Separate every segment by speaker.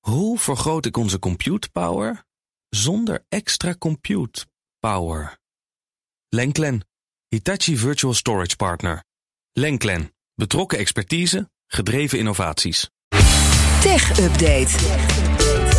Speaker 1: hoe vergroot ik onze compute power zonder extra compute power? Lenklen, Hitachi Virtual Storage Partner. Lenklen, betrokken expertise, gedreven innovaties.
Speaker 2: Tech Update.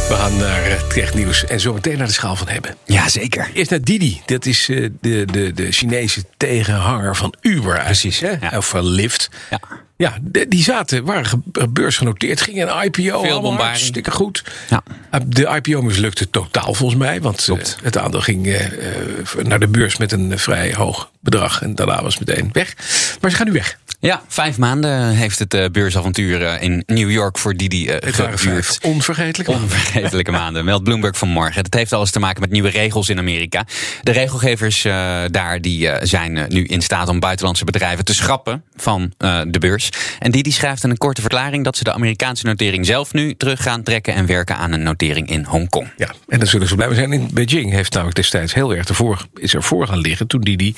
Speaker 3: We gaan naar eh, het technieuws en zo meteen naar de schaal van hebben.
Speaker 4: Jazeker.
Speaker 3: Eerst naar Didi. Dat is eh, de, de, de Chinese tegenhanger van Uber. Precies. Hè?
Speaker 4: ja.
Speaker 3: Of van Lyft.
Speaker 4: Ja.
Speaker 3: Ja, de- die zaten, waren ge- beursgenoteerd, gingen een IPO. allemaal
Speaker 4: bombarie.
Speaker 3: hartstikke goed. Ah,
Speaker 4: Ja.
Speaker 3: De IPO mislukte totaal volgens mij. Want eh, het aandeel ging eh, eh, naar de beurs met een eh, vrij hoog bedrag. En daarna was het meteen weg. Maar ze gaan nu weg.
Speaker 4: Ja, vijf maanden heeft het eh, beursavontuur eh, in New York voor Didi eh,
Speaker 3: Het waren vijf
Speaker 4: geduurd.
Speaker 3: onvergetelijke
Speaker 4: Onvergetelijke maanden, meldt Bloomberg vanmorgen. Dat heeft alles te maken met nieuwe regels in Amerika. De regelgevers eh, daar die, eh, zijn eh, nu in staat om buitenlandse bedrijven te schrappen van eh, de beurs. En Didi schrijft in een korte verklaring dat ze de Amerikaanse notering zelf nu terug gaan trekken en werken aan een notering in Hongkong.
Speaker 3: Ja, en dan zullen ze blij mee zijn. In Beijing heeft namelijk destijds heel erg ervoor, is ervoor gaan liggen toen Didi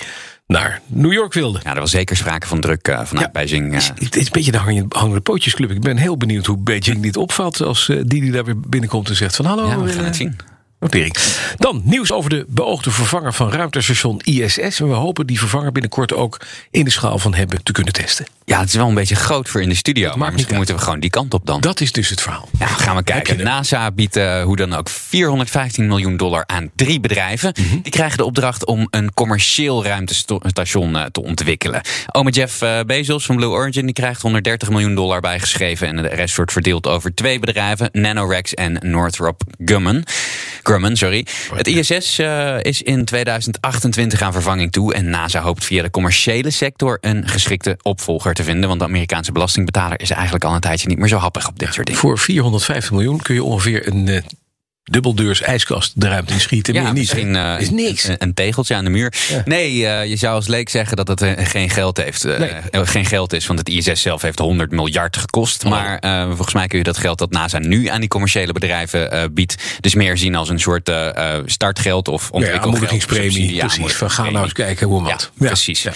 Speaker 3: naar New York wilde.
Speaker 4: Ja, er was zeker sprake van druk eh, vanuit
Speaker 3: Ja.
Speaker 4: Beijing. eh.
Speaker 3: Het is een beetje de hangende, hangende pootjesclub. Ik ben heel benieuwd hoe Beijing dit opvat als eh, Didi daar weer binnenkomt en zegt van hallo.
Speaker 4: ja, we
Speaker 3: eh,
Speaker 4: gaan het zien.
Speaker 3: Notering. Dan nieuws over de beoogde vervanger van ruimtestation ISS. En we hopen die vervanger binnenkort ook in de schaal van hebben te kunnen testen.
Speaker 4: Ja, het is wel een beetje groot voor in de studio.
Speaker 3: maakt
Speaker 4: Maar misschien
Speaker 3: niet
Speaker 4: moeten we gewoon die kant op dan.
Speaker 3: Dat is dus het verhaal.
Speaker 4: Ja, gaan we kijken.
Speaker 3: Heb je hem?
Speaker 4: NASA biedt eh, hoe dan ook 415 miljoen dollar aan drie bedrijven.
Speaker 3: Mhm.
Speaker 4: Die krijgen de opdracht om een commercieel ruimtestation eh, te ontwikkelen. Oma Jeff eh, Bezos van Blue Origin die krijgt 130 miljoen dollar bijgeschreven. En de rest wordt verdeeld over twee bedrijven. Nanorex en Northrop Grumman. Grumman sorry. Het ISS eh, is in 2028 aan vervanging toe. En NASA hoopt via de commerciële sector een geschikte opvolger te vinden. Want de Amerikaanse belastingbetaler is eigenlijk al een tijdje niet meer zo happig op dit soort dingen.
Speaker 3: Voor 450 miljoen kun je ongeveer een eh, dubbeldeurs ijskast de ruimte in schieten. Meer niet.
Speaker 4: misschien eh,
Speaker 3: is niks.
Speaker 4: Een, een tegeltje aan de muur. Nee, eh, je zou als leek zeggen dat het eh, geen geld heeft. eh,
Speaker 3: Nee.
Speaker 4: eh, geen geld is, want het ISS zelf heeft 100 miljard gekost.
Speaker 3: Oh.
Speaker 4: Maar eh, volgens mij kun je dat geld dat NASA nu aan die commerciële bedrijven eh, biedt, dus meer zien als een soort eh, eh, startgeld of
Speaker 3: Ja,
Speaker 4: ontwikkelgeld.
Speaker 3: aanmoedigingspremie.
Speaker 4: subsidie, ja,
Speaker 3: Precies. Van ga nou eens
Speaker 4: aanmoedigingspremie.
Speaker 3: kijken hoe en
Speaker 4: Ja,
Speaker 3: wat.
Speaker 4: precies.
Speaker 3: Ja.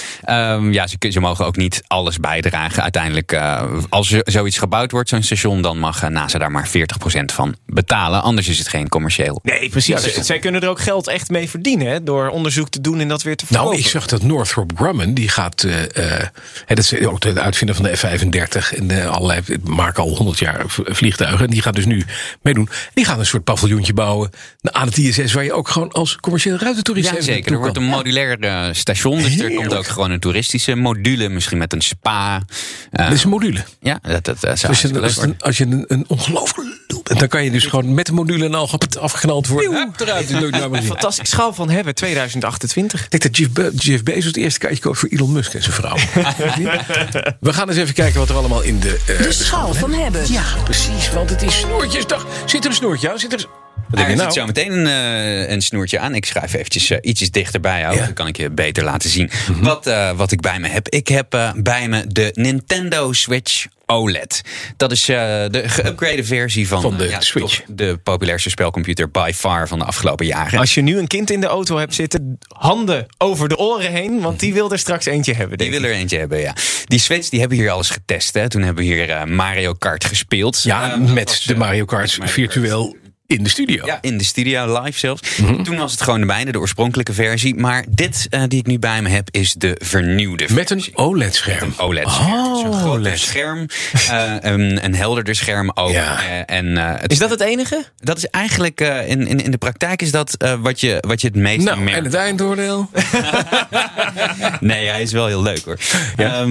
Speaker 4: Ehm, ja, ze, kun- ze mogen ook niet alles bijdragen. Uiteindelijk, eh, als er zoiets gebouwd wordt, zo'n station, dan mag eh, NASA daar maar 40% van betalen. Anders is het geen commercieel.
Speaker 5: Nee, precies.
Speaker 3: dus
Speaker 5: Z- Zij kunnen er ook geld echt mee verdienen hè, door onderzoek te doen en dat weer te verkopen.
Speaker 3: Nou, ik zag dat Northrop Grumman, die gaat. eh eh, hè, dat is ook de uitvinder van de F-35 en eh, allerlei. maken al 100 jaar v- vliegtuigen. En die gaat dus nu meedoen. Die gaan een soort paviljoentje bouwen aan het ISS, waar je ook gewoon als commerciële ruimtetoerist
Speaker 4: Ja,
Speaker 3: even
Speaker 4: zeker.
Speaker 3: naartoe
Speaker 4: Er wordt een
Speaker 3: kan.
Speaker 4: modulair eh, station. Dus er komt
Speaker 3: Heerlijk.
Speaker 4: ook gewoon een toeristische module. Misschien met een spa. Eh,
Speaker 3: Dat is een module.
Speaker 4: ja, dat, dat, dat zou
Speaker 3: Dus je,
Speaker 4: hartstikke leuk
Speaker 3: als,
Speaker 4: worden.
Speaker 3: een, als je een, een ongelooflijk. lul bent, dan kan je dus gewoon met de module en al gep- afgeknald worden. Hup, eruit. Leuk naar beneden.
Speaker 5: Fantastisch. Schaal van hebben 2028.
Speaker 3: Ik denk dat Jeff, Be- Jeff Bezos het eerste kaartje koopt voor Elon Musk en zijn vrouw. We gaan eens even kijken wat er allemaal in de... eh,
Speaker 2: De schaal van hebben.
Speaker 3: Ja, precies, want het is snoertjesdag. Zit er een snoertje aan? Zit er... Wat
Speaker 4: Er
Speaker 3: denk je
Speaker 4: zit
Speaker 3: nou?
Speaker 4: zo meteen een, eh, een snoertje aan. Ik schuif eventjes eh, ietsjes dichterbij. houden.
Speaker 3: Ja. Mhm.
Speaker 4: Dan kan ik je beter laten zien wat, eh, wat ik bij me heb. Ik heb eh, bij me de Nintendo Switch OLED. Dat is eh, de geüpgrade versie van,
Speaker 3: Van de
Speaker 4: eh, ja,
Speaker 3: Switch.
Speaker 4: toch De populairste spelcomputer by far van de afgelopen jaren.
Speaker 5: Als je nu een kind in de auto hebt zitten, handen over de oren heen, want die wil er straks eentje hebben.
Speaker 4: Die
Speaker 5: Denk
Speaker 4: wil
Speaker 5: ik.
Speaker 4: er eentje hebben, ja. Die Switch, die hebben hier alles getest. Hè. Toen hebben we hier eh, Mario Kart gespeeld.
Speaker 3: Ja,
Speaker 4: Eh, dat
Speaker 3: met
Speaker 4: was,
Speaker 3: de
Speaker 4: eh,
Speaker 3: Mario Kart
Speaker 4: met Mario Kart.
Speaker 3: virtueel in de studio.
Speaker 4: Ja, in de studio, live zelfs.
Speaker 3: Mhm.
Speaker 4: Toen was het gewoon de mijne, de oorspronkelijke versie. Maar dit eh, die ik nu bij me heb, is de vernieuwde
Speaker 3: Met een E
Speaker 4: versie.
Speaker 3: OLED-scherm.
Speaker 4: OLED-scherm. Het is een
Speaker 3: Oh,
Speaker 4: groter
Speaker 3: OLED.
Speaker 4: scherm, eh, een, een helderder scherm ook.
Speaker 3: Ja.
Speaker 4: Eh, en, eh, het,
Speaker 5: Is dat het enige?
Speaker 4: dat is eigenlijk, eh, in, in, in de praktijk is dat eh, wat, je, wat je het meest
Speaker 3: Nou,
Speaker 4: merkt.
Speaker 3: en het eindoordeel?
Speaker 4: Nee, hij is wel heel leuk hoor. Ehm,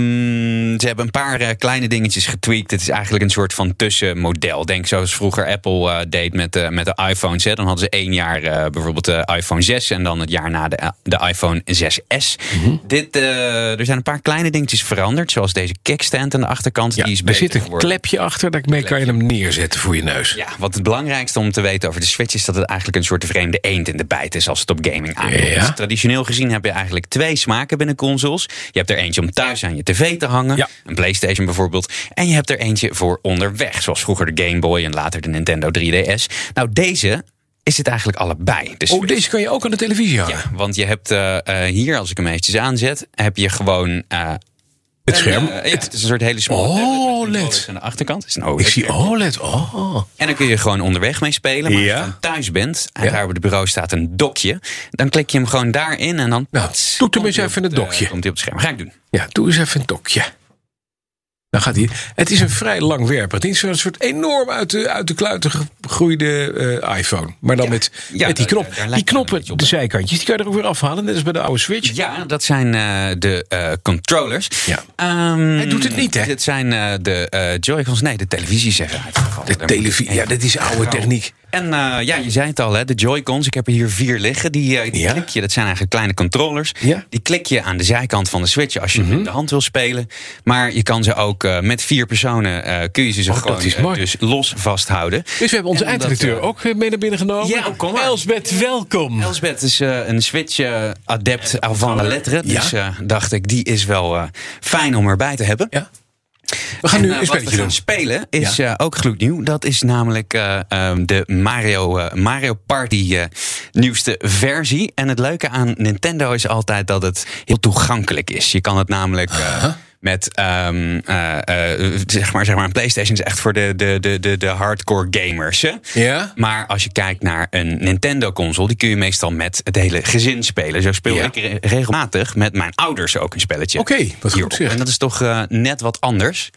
Speaker 4: ze hebben een paar eh, kleine dingetjes getweakt. Het is eigenlijk een soort van tussenmodel. Denk zoals vroeger Apple eh, deed met, eh, met de iPhones. Hè. Dan hadden ze één jaar eh, bijvoorbeeld de iPhone 6 en dan het jaar na de, de iPhone 6S.
Speaker 3: Mhm.
Speaker 4: Dit, eh, er zijn een paar kleine dingetjes veranderd. Zoals deze kickstand aan de achterkant.
Speaker 3: Ja,
Speaker 4: die is
Speaker 3: er
Speaker 4: beter
Speaker 3: zit een
Speaker 4: geworden.
Speaker 3: klepje achter, daarmee kan je hem neerzetten voor je neus.
Speaker 4: Ja, wat het belangrijkste om te weten over de Switch is dat het eigenlijk een soort vreemde eend in de bijt is als het op gaming aankomt.
Speaker 3: Ja.
Speaker 4: Dus traditioneel gezien heb je eigenlijk twee smaken binnen consoles. Je hebt er eentje om thuis aan je tv te hangen,
Speaker 3: Ja.
Speaker 4: een PlayStation bijvoorbeeld. En je hebt er eentje voor onderweg, zoals vroeger de Game Boy en later de Nintendo 3DS. Nou, deze is het eigenlijk allebei. Dus De
Speaker 3: Oh,
Speaker 4: Switch.
Speaker 3: deze kan je ook aan de televisie hangen.
Speaker 4: Ja, want je hebt eh, eh, hier, als ik hem eventjes aanzet, heb je gewoon eh,
Speaker 3: Het scherm.
Speaker 4: eh, ja, het is een soort hele smalle
Speaker 3: Oh,
Speaker 4: tablet met een
Speaker 3: OLED.
Speaker 4: controller aan de achterkant. Is een OLED
Speaker 3: Ik zie OLED. Oh.
Speaker 4: En dan kun je gewoon onderweg mee spelen. Maar
Speaker 3: Ja.
Speaker 4: als je dan thuis bent en daar op het bureau staat een dokje, dan klik je hem gewoon daarin en dan.
Speaker 3: Nou,
Speaker 4: pats,
Speaker 3: doe hem
Speaker 4: komt
Speaker 3: eens
Speaker 4: hij
Speaker 3: even
Speaker 4: op eh,
Speaker 3: het dokje.
Speaker 4: Komt hij op het scherm? Ga ik doen.
Speaker 3: Ja, doe eens even een tokje. Dan gaat hij. Het is een vrij langwerpig. Het is een soort enorm uit de, uit de kluiten gegroeide eh, iPhone. Maar dan met,
Speaker 4: ja,
Speaker 3: met die
Speaker 4: daar-
Speaker 3: knop.
Speaker 4: daar- daar lijkt
Speaker 3: die
Speaker 4: het een
Speaker 3: knoppen,
Speaker 4: beetje op,
Speaker 3: de
Speaker 4: hè?
Speaker 3: zijkantjes, die kan je er ook weer afhalen. Net als bij de oude Switch.
Speaker 4: Ja, dat zijn eh, de eh, controllers.
Speaker 3: Ja.
Speaker 4: Ehm,
Speaker 3: Hij doet het niet, hè?
Speaker 4: Dit zijn eh, de eh Joy-Cons. Nee, de televisie zeggen.
Speaker 3: De televisie. Ja, dat is oude techniek.
Speaker 4: En eh, ja, je zei het al, hè, de Joy-Cons. Ik heb er hier vier liggen. Die, eh, die
Speaker 3: Ja.
Speaker 4: klik je, dat zijn eigenlijk kleine controllers.
Speaker 3: Ja. Mhm.
Speaker 4: Die klik je aan de zijkant van de Switch als je hem met de hand wil spelen. Maar je kan ze ook eh, met vier personen, eh, kun je ze zo
Speaker 3: Oh, dat
Speaker 4: gewoon
Speaker 3: is
Speaker 4: eh,
Speaker 3: mooi.
Speaker 4: dus los vasthouden.
Speaker 3: Dus we hebben onze
Speaker 4: En omdat,
Speaker 3: eindredacteur
Speaker 4: eh,
Speaker 3: ook eh, mee naar binnen genomen.
Speaker 4: Ja,
Speaker 3: Oh,
Speaker 4: kom maar.
Speaker 3: Elsbeth, welkom.
Speaker 4: Elsbeth is eh, een Switch-adept van de letteren.
Speaker 3: Ja.
Speaker 4: Dus eh, dacht ik, die is wel eh, fijn om erbij te hebben.
Speaker 3: Ja. We gaan
Speaker 4: En,
Speaker 3: nu
Speaker 4: eh,
Speaker 3: een
Speaker 4: wat we
Speaker 3: spelletje
Speaker 4: gaan
Speaker 3: doen.
Speaker 4: spelen is eh, ook gloednieuw. Dat is namelijk eh, ehm, de Mario, eh, Mario Party eh, nieuwste versie. En het leuke aan Nintendo is altijd dat het heel toegankelijk is. Je kan het namelijk... eh, Met ehm, eh, eh, zeg maar, zeg maar, een PlayStation is echt voor de, de, de, de, de hardcore gamers. hè?
Speaker 3: Ja.
Speaker 4: Maar als je kijkt naar een Nintendo-console, die kun je meestal met het hele gezin spelen. Zo speel
Speaker 3: Ja.
Speaker 4: ik re- regelmatig met mijn ouders ook een spelletje.
Speaker 3: Oké, wat goed
Speaker 4: hierop.
Speaker 3: zeg.
Speaker 4: En dat is toch eh, net wat anders.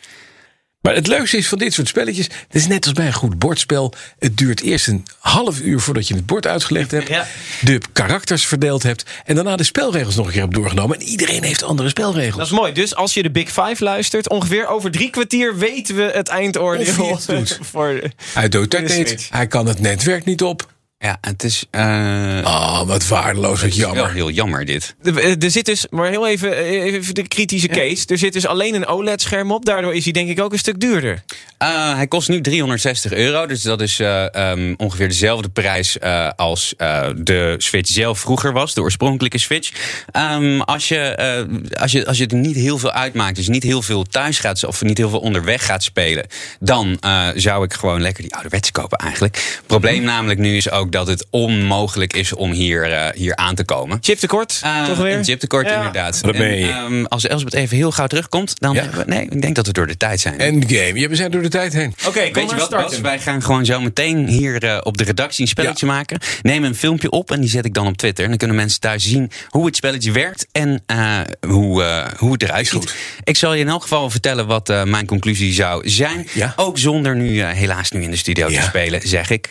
Speaker 3: Maar het leukste is van dit soort spelletjes. Het is net als bij een goed bordspel. Het duurt eerst een half uur voordat je het bord uitgelegd hebt.
Speaker 4: Ja.
Speaker 3: De karakters verdeeld hebt. En daarna de spelregels nog een keer hebt doorgenomen. En iedereen heeft andere
Speaker 5: Dat is
Speaker 3: spelregels.
Speaker 5: mooi. Dus als je de Big Five luistert, ongeveer over drie kwartier weten we het
Speaker 3: Of hij
Speaker 5: eindoordeel.
Speaker 3: het doet.
Speaker 5: Voor...
Speaker 3: Hij doet het
Speaker 5: De
Speaker 3: niet.
Speaker 5: Switch.
Speaker 3: Hij kan het netwerk niet op.
Speaker 4: Ja, het is, eh,
Speaker 3: Oh, wat waardeloos, wat
Speaker 4: wel
Speaker 3: jammer.
Speaker 4: heel jammer dit.
Speaker 5: Er- Er zit dus, maar heel even, even de kritische case. Er zit dus alleen een OLED-scherm op. Daardoor is hij denk ik ook een stuk duurder.
Speaker 4: Eh, hij kost nu 360 euro, dus dat is eh, ehm, ongeveer dezelfde prijs eh, als eh, de Switch zelf vroeger was, de oorspronkelijke Switch. Ehm, als, je, eh, als, je, als je het niet heel veel uitmaakt, dus niet heel veel thuis gaat of niet heel veel onderweg gaat spelen, dan eh, zou ik gewoon lekker die ouderwets kopen eigenlijk. Probleem namelijk nu is ook dat het onmogelijk is om hier, eh, hier aan te komen.
Speaker 5: Chip tekort,
Speaker 4: Eh,
Speaker 5: toch weer?
Speaker 4: Een chiptekort,
Speaker 5: Ja.
Speaker 4: inderdaad.
Speaker 3: Daar ben je.
Speaker 4: En, ehm, als Elsbeth even heel gauw terugkomt, dan...
Speaker 3: Ja.
Speaker 4: hebben we- nee, ik denk dat we door de tijd zijn.
Speaker 3: Endgame. Ja, we zijn door de tijd heen.
Speaker 5: Oké, kom
Speaker 4: Weet je
Speaker 5: maar
Speaker 4: wat, Bas?
Speaker 5: starten.
Speaker 4: Wij gaan gewoon zo meteen hier eh, op de redactie een spelletje maken. Neem een filmpje op en die zet ik dan op Twitter. En dan kunnen mensen thuis zien hoe het spelletje werkt en eh, hoe, eh, hoe het eruit ziet. Ik zal je in elk geval vertellen wat eh, mijn conclusie zou zijn.
Speaker 3: Ja.
Speaker 4: Ook zonder nu eh, helaas nu in de studio
Speaker 3: Ja.
Speaker 4: te spelen, zeg ik.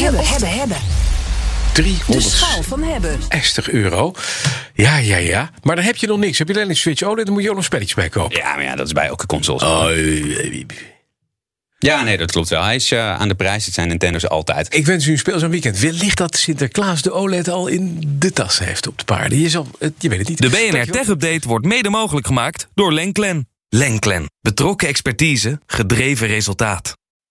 Speaker 2: Hebben, hebben, hebben. De
Speaker 3: 300
Speaker 2: schaal van hebben.
Speaker 3: 60 euro. Ja, ja, ja. Maar dan heb je nog niks. Heb je alleen een Switch OLED, dan moet je ook nog spelletjes bij kopen.
Speaker 4: Ja, maar ja, dat is bij elke console. zo.
Speaker 3: Oh, eh,
Speaker 4: Ja, nee, dat klopt wel. Hij is eh, aan de prijs. Het zijn Nintendo's altijd.
Speaker 3: Ik wens u een speelzaam weekend. Wellicht dat Sinterklaas de OLED al in de tas heeft op de paarden. Je, zal, het- je weet het niet.
Speaker 1: De BNR Tech Update wordt mede mogelijk gemaakt door Lenklen. Lenklen. Betrokken expertise, gedreven resultaat.